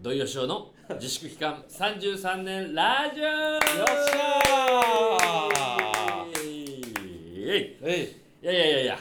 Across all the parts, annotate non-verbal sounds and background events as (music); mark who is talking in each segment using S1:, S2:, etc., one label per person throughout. S1: 土井善雄の自粛期間33年ラジオ
S2: よっしゃー
S1: い
S2: えい
S1: やいやいやいや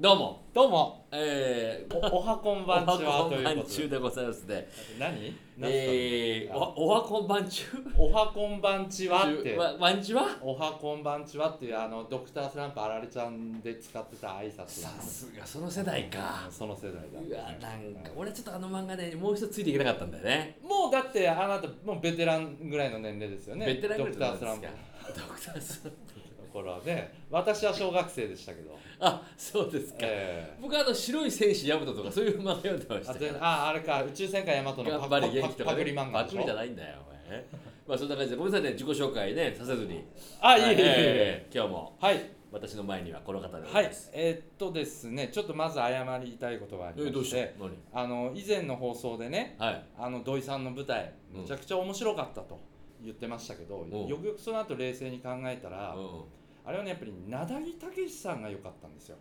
S1: どうも
S2: どうも
S1: えー、
S2: おおはこんばんちは
S1: おは
S2: と
S1: こん
S2: いう
S1: ば
S2: こ
S1: ん
S2: と
S1: ちゅう
S2: で
S1: でございますね
S2: 何何
S1: えー、おはおはこんばんちゅう
S2: おはこんばんちはって
S1: わわんちは
S2: おはこんばんちはっていうあのドクタースランプあられちゃんで使ってた挨拶
S1: さすがその世代か
S2: その世代だ
S1: うわなんか俺ちょっとあの漫画ねもう一つついていけなかったんだよね
S2: もうだってあなたもうベテランぐらいの年齢ですよね
S1: ベテランぐらい
S2: ド
S1: じ
S2: クタ
S1: ゃない
S2: ースランプ
S1: で
S2: の
S1: すかドクタースランプ
S2: 頃はね私は小学生でしたけど
S1: あそうですか、
S2: え
S1: 僕はあの白い戦士ヤブトとかそういう漫画読んでま
S2: え
S1: した
S2: あ
S1: よ
S2: とああれか宇宙戦艦ヤマトの
S1: 頑
S2: パ
S1: 張
S2: パ
S1: れ元気とか、ね、
S2: パクリ漫
S1: パ
S2: 画で
S1: ク
S2: し
S1: リじゃ
S2: ょ
S1: ないんだよお前まあそんな感じでごめんなさいね自己紹介ねさせずに
S2: あいえいえいえいえ
S1: えー今日も
S2: はい
S1: 私の前にはこの方でござ
S2: はいい
S1: ます、
S2: えーっとですねちょっとまず謝りたいことがあり
S1: え
S2: ま
S1: ーどう
S2: し、
S1: してて何
S2: あの以前の放送でね
S1: はい
S2: あの土井さんの舞台
S1: うん
S2: めちゃくちゃ面白かったと言ってましたけど、
S1: ん
S2: よくよくその後冷静に考えたら、
S1: う
S2: あれはねやっぱりなだぎたけしさんが良かったんですよ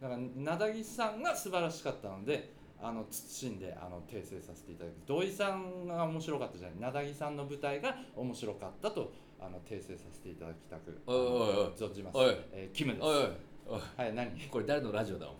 S2: だからなだぎさんが素晴らしかったのであの謹んであの訂正させていただき土井さんが面白かったじゃないなだぎさんの舞台が面白かったとあの訂正させていただきたく
S1: おいおいおい
S2: 存じます
S1: おい
S2: えーキムです
S1: んおいおい
S2: はい何
S1: おいこれ誰のラジオだお前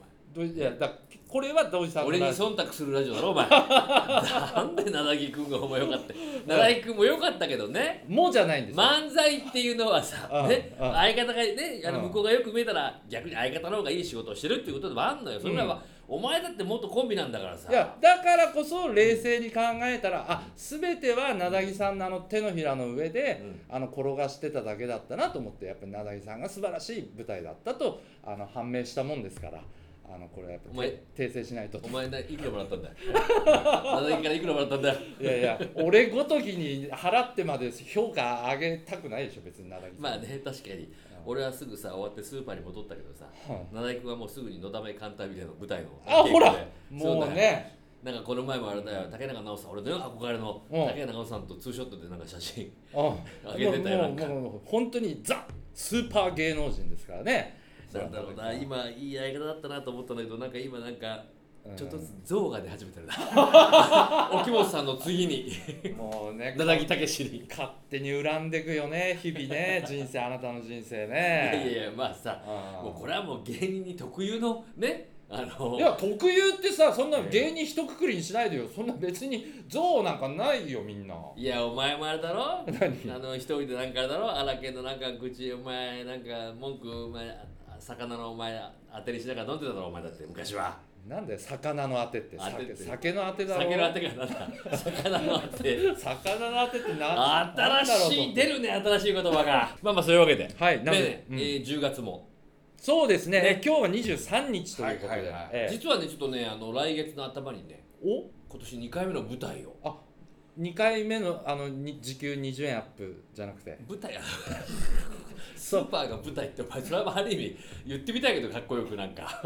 S2: どういやだこれは土井さんの
S1: 俺に
S2: ラジオ
S1: 忖度するラジオだろお
S2: (laughs)
S1: 前なんで七木君がお前よかった七木君もよかったけどね
S2: もうじゃないんですよ、
S1: 漫才っていうのはさ、
S2: うん
S1: ね、
S2: うん
S1: 相方がねあの
S2: うん
S1: 向こうがよく見えたら逆に相方の方がいい仕事をしてるっていうことでもあんのよそれは、お前だって元コンビなんだからさ
S2: いやだからこそ冷静に考えたら、あ全てはなだぎさんのあの手のひらの上で、あの転がしてただけだったなと思ってやっぱりなだぎさんが素晴らしい舞台だったとあの判明したもんですからあのこれはやっ
S1: お
S2: ぱ
S1: 前
S2: て訂正しないと
S1: お前ないくらもらったんだよ七木からいくらもらったんだよ
S2: いやいや俺ごときに払ってまで評価上げたくないでしょ別になだぎさん、
S1: まあね確かに俺はすぐさ終わってスーパーに戻ったけどさ七井君はもうすぐに「のだめカンタービレ」の舞台の
S2: あほ
S1: 稽
S2: ら
S1: 古で
S2: もう
S1: そうだよ
S2: ね
S1: なんかこの前もあれだよ竹中直さん俺の憧れの
S2: うん
S1: 竹中直さんとツーショットでなんか写真
S2: うんも
S1: 上げてたよなん
S2: う
S1: か
S2: もうもう本当にザスーパー芸能人ですからね
S1: なんだろうな、今いい相方だったなと思ったんだけど、なんか今なんか、
S2: うん
S1: ちょっとずつ象が出始めて
S2: (laughs)
S1: るな。沖本さんの次に、
S2: も
S1: (laughs)
S2: うね
S1: 七木武史に。い
S2: 勝手に恨んでくよね日
S1: (laughs)
S2: 々ね人生あなたの人生
S1: やい
S2: ね
S1: やいや、まあさ、
S2: うん
S1: もうこれはもう芸人に特有のね、あの、
S2: いや特有ってさそんな芸人一括りにしないでよそんな別に像なんかないよみんない
S1: やお前もあれだろあ
S2: 何
S1: の一人でなんかあれだろ荒研のなんか愚痴お前なんか文句お前あ魚のお前当てにしながら飲んでただろお前だって昔は
S2: なんだよ魚のあてって
S1: 当てって
S2: 酒酒のあてだろ
S1: 酒の当てがなん
S2: (laughs)
S1: だ魚の当て
S2: 魚のあてってな
S1: 新しい
S2: で
S1: 出るね新しい言葉がまあまあそういうわけで
S2: はいなので
S1: ねえ
S2: うん
S1: えー10月も、
S2: そうですね
S1: ね
S2: え今日は23日ということ
S1: はい
S2: で
S1: はいはい
S2: ええ
S1: 実はねちょっとねあの来月の頭にね
S2: お
S1: 今年2回目の舞台を
S2: あ2回目のあのに時給20円アップじゃなくて
S1: 舞台スーパーが舞台ってお前それはある意味言ってみたいけどかっこよくなんか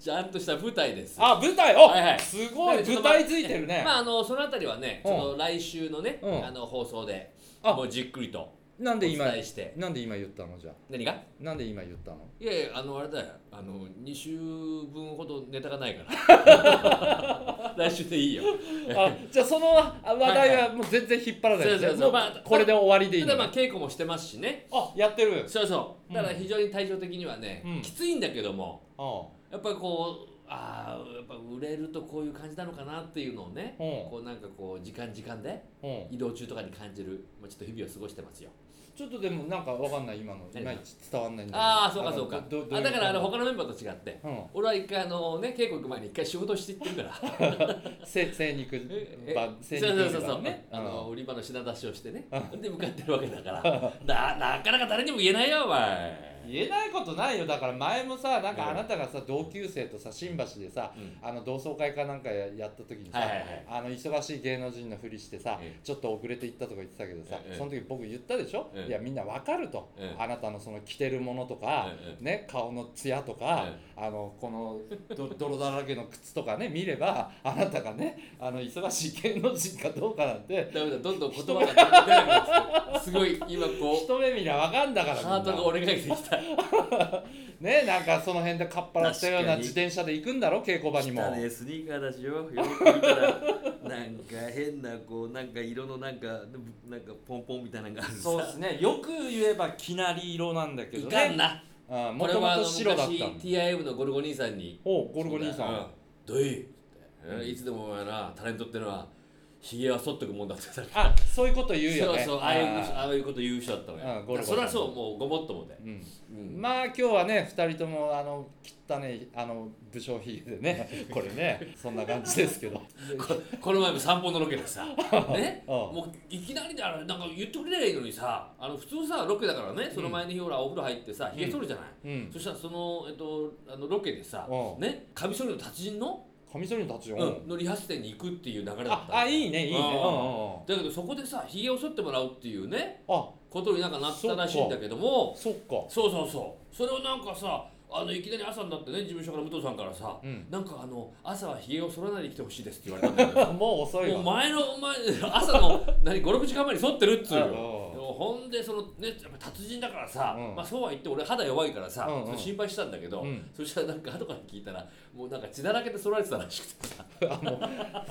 S1: ちゃんとした舞台です
S2: あ舞台お、
S1: はいはい
S2: すごい
S1: なんでちょっと
S2: 舞
S1: まあ
S2: 台ついてるね、
S1: まああのそのあたりはね
S2: うん
S1: その来週のね、
S2: うん
S1: あの放送で
S2: あ
S1: もうじっくりと
S2: なん
S1: お
S2: で
S1: 伝
S2: 今
S1: えして
S2: なんで今言ったのじゃあ
S1: 何が
S2: なんで今言ったの
S1: いやいやあのあれだよあの2週分ほどネタがないから
S2: (laughs)
S1: 来週でいいよ
S2: あじゃあそのあ話題はもう全然引っ張らないです
S1: そ
S2: ね
S1: うそうそう
S2: も
S1: まあ
S2: これで終わりでいい
S1: ただ
S2: の
S1: ま
S2: ね
S1: あ稽古もしてますしね
S2: あやってる
S1: そうそう
S2: うん
S1: だから非常に体調的にはね、
S2: うん
S1: きついんだけども
S2: あ
S1: やっぱりこうああやっぱ売れるとこういう感じなのかなっていうのをね、
S2: うん
S1: こうなんかこう時間時間で
S2: うん
S1: 移動中とかに感じる、まあ、ちょっと日々を過ごしてますよ、
S2: ちょっとでもなんかわかんない今のい
S1: 何
S2: ま
S1: が
S2: いち伝わんないんだけど
S1: ああそうかそう
S2: あ
S1: か
S2: のどどうい
S1: あ
S2: う
S1: だからあの他のメンバーと違って
S2: うん
S1: 俺は一回あのね稽古行く前に一回仕事していってるから
S2: (laughs) せ精肉ば
S1: そ
S2: 精
S1: う
S2: 肉
S1: そうそうそ
S2: 売り場
S1: うね、あの
S2: うん
S1: 売り場の品出しをしてね、で向かってるわけだ
S2: (laughs)
S1: から、ななかなか誰にも言えないよ、お前。
S2: 言えないことないよだから前もさなん
S1: うん
S2: かあなたがさ同級生とさ新橋でさ、
S1: うん
S2: あの同窓会かなんかややった時にさ、
S1: はいはいはい
S2: あの忙しい芸能人のふりしてさ、
S1: ええ
S2: ちょっと遅れて行ったとか言ってたけどさ、
S1: ええ
S2: その時僕言ったでしょ、
S1: ええ
S2: いやみんなわかると、
S1: ええ
S2: あなたのその着てるものとか、
S1: ええ
S2: ね、顔のツヤとか、
S1: え
S2: あのこのど (laughs) 泥だらけの靴とかね見ればあなたがねあの忙しい芸能人かどうかなんて
S1: ダメだ、どんどん言葉が出なくなってきてすごい今こう、
S2: 一目見りゃわかんだからみんな
S1: ハートが折れかけてきた。
S2: ねなんかその辺でかっぱらったよう
S1: 確か
S2: な
S1: に
S2: 自転車で行くんだろ稽古場にも
S1: 汚いスニーカーだしよよく見たらなんか変なこうなんか色のなんかなんかポンポンみたいなのがあるさ
S2: そうですねよく言えばきなり色なんだけ
S1: い
S2: ど
S1: かん
S2: ね
S1: な
S2: もともと白だった
S1: これはあの
S2: の
S1: 昔 TIM のゴルゴ兄さんに
S2: おゴルゴ兄さん
S1: 「どうい?」ってえー「いつでもお前なタレントってのはひげは剃っとくもんだ」って言ったら
S2: あそういうこと言うよね
S1: そうそうああいう
S2: ー
S1: ああいうこと言う人だったのよ
S2: あーゴ
S1: だか
S2: ルゴ
S1: らそれはそうもうごもっともで、
S2: うん
S1: うん
S2: まあ今日はね2人ともあの汚いあの武将ひげでね (laughs) これねそんな感じですけ
S1: (laughs)
S2: ど
S1: ここの前も散歩のロケでさ (laughs) ね
S2: うん
S1: もういきなりだなんか言ってくれりゃいいのにさあの普通さロケだからねその前の日ほらお風呂入ってさひげ剃るじゃない、
S2: うん
S1: そしたらその、えっと、あのロケでさ
S2: う、ん
S1: ね、カミソリの達人の,、
S2: カミソリの立ち
S1: う
S2: よ
S1: ん、のリハーサルに行くっていう流れだった
S2: ああいいねいいねうんうんうん
S1: だけどそこでさひげを剃ってもらうっていうね
S2: あ
S1: ことになんかなったらしいんだけども
S2: そっか
S1: そうそうそうそれをなんかさあのいきなり朝になってね事務所から武藤さんからさ、
S2: うん
S1: なんかあの朝はひげを剃らないで来てほしいですって言われたんだけ
S2: (laughs)
S1: ど
S2: もう遅い
S1: もう
S2: わ
S1: 前の前朝の何56時間前に剃ってるっつうよ
S2: ああ
S1: でもほんでそのねやっぱ達人だからさ、
S2: うん
S1: まあ、そうは言って俺肌弱いからさ、
S2: うんうん
S1: それ心配してたんだけど、
S2: うん
S1: そしたらなんか後から聞いたらもうなんか血だらけで剃られてたらしくて (laughs) さ
S2: あもう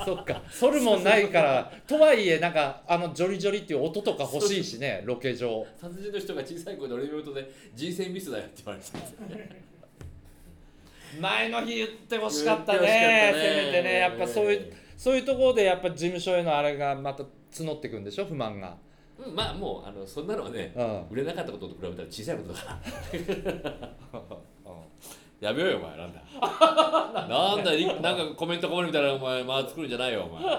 S2: そっかソルもないからとはいえなんかあのジョリジョリっていう音とか欲しいしねロケ上
S1: 達人の人が小さい声で俺の妹で「人生ミスだよ」って言われてたんですよ
S2: 前の日言ってほしか
S1: (laughs)
S2: ったね
S1: 言ってほしかったね
S2: せめてねやっぱそういうそういうところでやっぱ事務所へのあれがまた募ってくんでしょ不満が
S1: うんまあもうあのそんなのはね
S2: うん
S1: 売れなかったことと比べたら小さいことだから (laughs) やめようよお前なんだ
S2: (laughs)
S1: なんだりなんかコメントこぼれみたいなお前まあ作るんじゃないよ
S2: (laughs)
S1: お前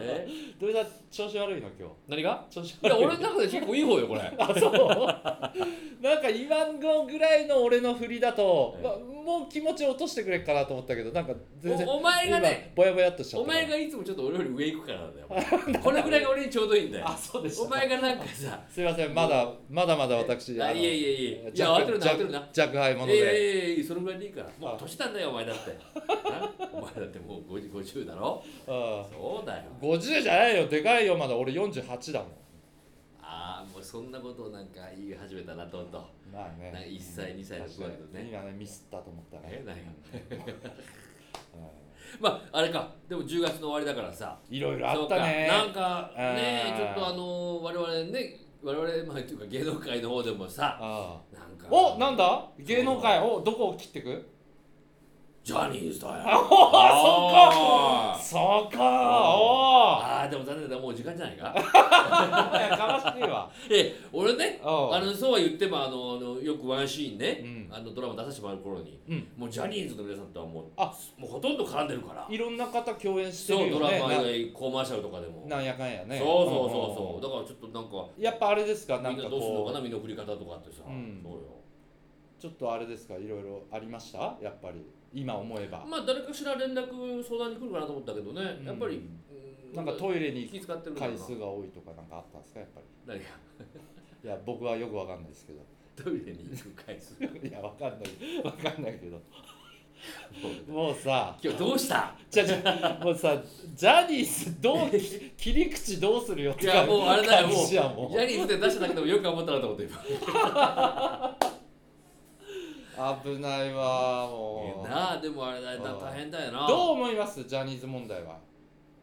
S1: え
S2: どれだ調子悪いの今日
S1: 何が
S2: 調子
S1: いや
S2: 悪い
S1: 俺の中で結構いい方よこれ
S2: (laughs) あそうなんか今後ぐらいの俺の振りだと、
S1: ええ
S2: まもう気持ち落としてくれっかなと思ったけどなんか全然
S1: おお前がね
S2: 今ぼやぼやっとしちゃっ
S1: お
S2: た
S1: 前がいつもちょっと俺より上行くからなん
S2: (laughs)
S1: だよお前これぐらいが俺にちょうどいいんだよ
S2: あそうでした
S1: お前がなんかさ
S2: すいませんまだまだまだ私
S1: あ
S2: の
S1: いやいやいやいや
S2: 弱
S1: 当てるな当てるな
S2: 弱弱敗
S1: いや
S2: 者
S1: いや
S2: で
S1: いやいやそのぐらいでいいからも
S2: あ
S1: う年なんだよお前だってなお前だってもう 50, 50だろ
S2: うん
S1: そうだよ
S2: 50じゃないよでかいよまだ俺48だもん
S1: ああもうそんなことをなんか言い始めたなとんと
S2: まあね
S1: なんか1歳2歳の子だけどね
S2: 今ねミスったと思ったね
S1: え何が
S2: うん
S1: まああれかでも10月の終わりだからさ
S2: いろいろあったね
S1: そうかなんかね
S2: うん
S1: ちょっとあの我々ね我々まあというか芸能界の方でもさ
S2: あ
S1: なんか
S2: あおなんだ芸能界おどこを切ってく
S1: ジャニーズだよ
S2: あ
S1: あー
S2: そうかお
S1: あーでも残念だもう時間じゃないか (laughs)
S2: おやかましいわ
S1: え俺ね
S2: お
S1: (laughs)
S2: う
S1: あのそうは言ってもあのあのよくワンシーンね、
S2: うん
S1: あのドラマ出させてもらう頃に
S2: うん
S1: もうジャニーズの皆さんとはもう
S2: あ
S1: もうほとんど絡んでるから
S2: いろんな方共演して
S1: そう
S2: る
S1: ド
S2: よ
S1: ラ
S2: ね
S1: マ以外コマーシャルとかでも、
S2: ななんやかんやね
S1: そうそうそうそう
S2: そ
S1: だからちょっとなんか
S2: やっぱあれですかな
S1: み
S2: ん
S1: んな
S2: か
S1: どうするのか
S2: こ
S1: な身の振り方とかってさ、
S2: うん
S1: そうよ
S2: うちょっとあれですかいろいろありましたやっぱり今思えば
S1: まあ誰かしら連絡相談に来るかなと思ったけどね、
S2: うん
S1: やっぱり、う
S2: なんかトイレに
S1: 気使ってるのかな
S2: 回数が多いとかなんかあったんですかやっぱり
S1: 何が
S2: いや僕はよくわかんないですけど (laughs)
S1: トイレに行く回数 (laughs) もう
S2: いやわかんないわかんないけどもうさ
S1: 今日どうした
S2: じゃじゃもうさジャニーズ
S1: (laughs)
S2: どうき切り口どうするよっ
S1: い
S2: て
S1: や
S2: 感
S1: もうあれだよもう
S2: じ
S1: ジ
S2: やもう
S1: ャニーズで出しただけでもよく頑張ったなと思って今
S2: 危ないわも
S1: いうやなあでもあれだだ大変だよな
S2: どう思いますジャニーズ問題は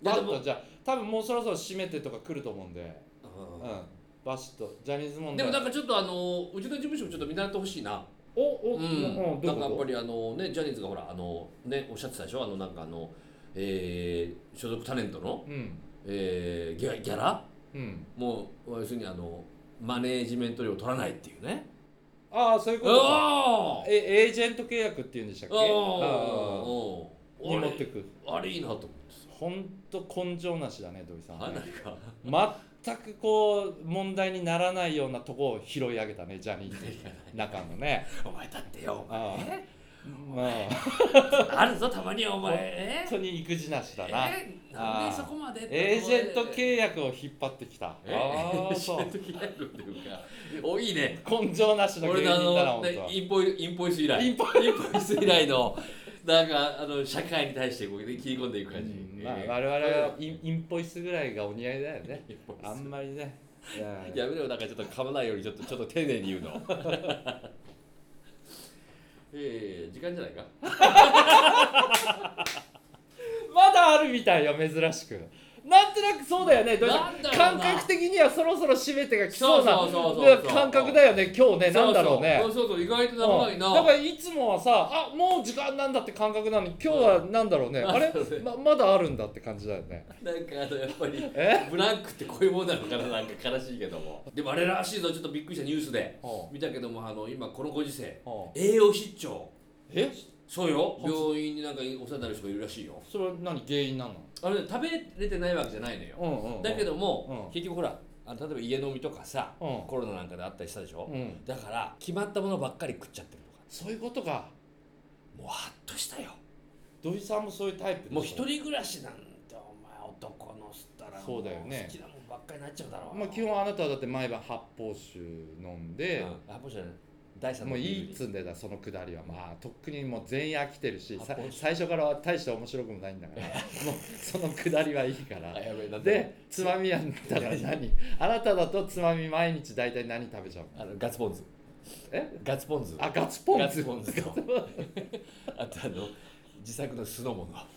S2: いバ
S1: やで
S2: ッ
S1: も
S2: とじゃあ多分もうそろそろ締めてとか来ると思うんでうん
S1: うん
S2: バシッとジャニーズ問
S1: で
S2: 題
S1: もなんかちょっとあのうちの事務所もちょっと見習ってほしいな
S2: お
S1: う
S2: お、うん
S1: ん、
S2: ど
S1: な
S2: うん
S1: かやっぱ
S2: こ
S1: りあのねジャニーズがほらあのねおっしゃってたでしょあのなんかあの、えー、所属タレントの、
S2: とうん
S1: えー、ギャギャラ
S2: うん
S1: もう要するにあのマネージメント料を取らないっていうね。
S2: ああそういう
S1: お
S2: こと
S1: お
S2: か
S1: ー
S2: えエージェント契約っていうんでしたっけあ
S1: お
S2: あに
S1: ー
S2: 持ってく
S1: あれいいなと思って
S2: ほんと根性なしだね土井さ
S1: さ
S2: ん
S1: あ
S2: は
S1: 何
S2: ね
S1: か
S2: 全くこう問題にならないようなとこを拾い上げたねジャニーズの中の
S1: (laughs)
S2: ね
S1: お前だってよ
S2: ああまあ
S1: あるぞたまにはお前え
S2: 本当に育児なしだな
S1: えなんでそこまで
S2: エージェント契約を引っ張ってきたあ
S1: えエ
S2: あ
S1: ージ
S2: そ
S1: ェ
S2: う
S1: ント契約っていうかおいいね
S2: 根性なしの芸
S1: 俺の
S2: 人だな
S1: あの、
S2: 本当
S1: ね、インボイインボイス以来
S2: イン
S1: ボイス以来のなんかあの社会に対してこうね切り込んでいく感じ、
S2: うんまあ
S1: ええ
S2: 我々は
S1: (laughs)
S2: インインポイスぐらいがお似合いだよね
S1: インボイス
S2: あんまりねいや
S1: (laughs) やめろよなんかちょっと噛まないようにちょっとちょっと丁寧に言うのいやいやいや時間じゃないか
S2: まだあるみたいよ珍しくなんとなくそうだよねどうし
S1: なんだろう
S2: 感
S1: な
S2: 覚的にはそろそろ締めてが来そうな
S1: そうそうそうそうそう
S2: 感覚だよね今日ねなんだろうね
S1: そうそうそうそう意外と長いな、
S2: うんだからいつもはさあもう時間なんだって感覚なのに今日はなんだろうね、
S1: うん
S2: あれ
S1: そうそう
S2: ままだあるんだって感じだよね
S1: なんかあのやっぱり
S2: え
S1: ブランクってこういうもんなのかななんか悲しいけどもでもあれらしいぞちょっとびっくりしたニュースで
S2: は
S1: 見たけどもあの今このご時世
S2: あはあ
S1: 栄養失調
S2: え
S1: そうよ
S2: は
S1: 病院になんかお世話になる人がいるらしいよ
S2: それは何原因なの
S1: あれね食べれてないわけじゃないのよ
S2: うんうんうん
S1: だけど
S2: う
S1: も
S2: ん
S1: 結局ほらあの例えば家飲みとかさ
S2: うん
S1: コロナなんかであったりしたでしょ
S2: うん
S1: だから決まったものばっかり食っちゃってるとか
S2: そういうことか
S1: もうハッとしたよ
S2: 土井さんもそういうタイプでしょ
S1: もう一人暮らしなんてお前男のしたらも
S2: そうだよね
S1: 好きなもんばっかりになっちゃうだろう
S2: まあ基本あなたはだって毎晩発泡酒飲んで、
S1: うんあもうじゃない第三の
S2: もう
S1: ビール
S2: いい
S1: に
S2: っつんでたそのくだりはまあとっくにもう全員飽きてるしさ
S1: 発泡酒
S2: 最初からは大して面白くもないんだから (laughs) もうそのくだりはいいから
S1: あやべえなんで
S2: でつまみやだから何あなただとつまみ毎日大体何食べちゃうの
S1: あのガッツポン酢
S2: え
S1: ガッツポン酢
S2: あガツポン
S1: ガッ
S2: 酢
S1: ツポン酢と (laughs) あとあの自作の酢の物あ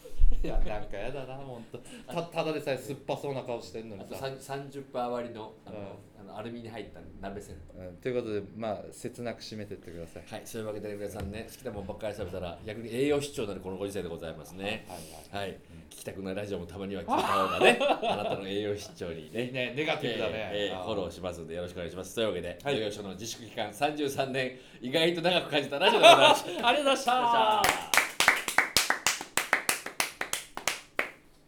S2: いやなんかやだなほんとたただでさえ酸っぱそうな顔してんのに
S1: と
S2: さ、
S1: 30%割りのあの,、あのアルミに入った鍋せん
S2: うん、ということでまあ切なく締めてってください
S1: はいそういうわけで皆さんね好きなもんばっかり食べたら逆に栄養失調になるこのご時世でございますね
S2: はい
S1: はい聞きたくないラジオもたまには聞いた方 (laughs) がねあなたの栄養失調に
S2: はい、い
S1: ね
S2: いねネガティブだね、
S1: えーえー
S2: あ
S1: フォローしますのでよろしくお願いします。というわけで、
S2: はい
S1: 療養所の自粛期間33年、意外と長く感じたラジオでございました。
S2: ありがとうございまし
S1: (laughs)
S2: た
S1: ありがとうございました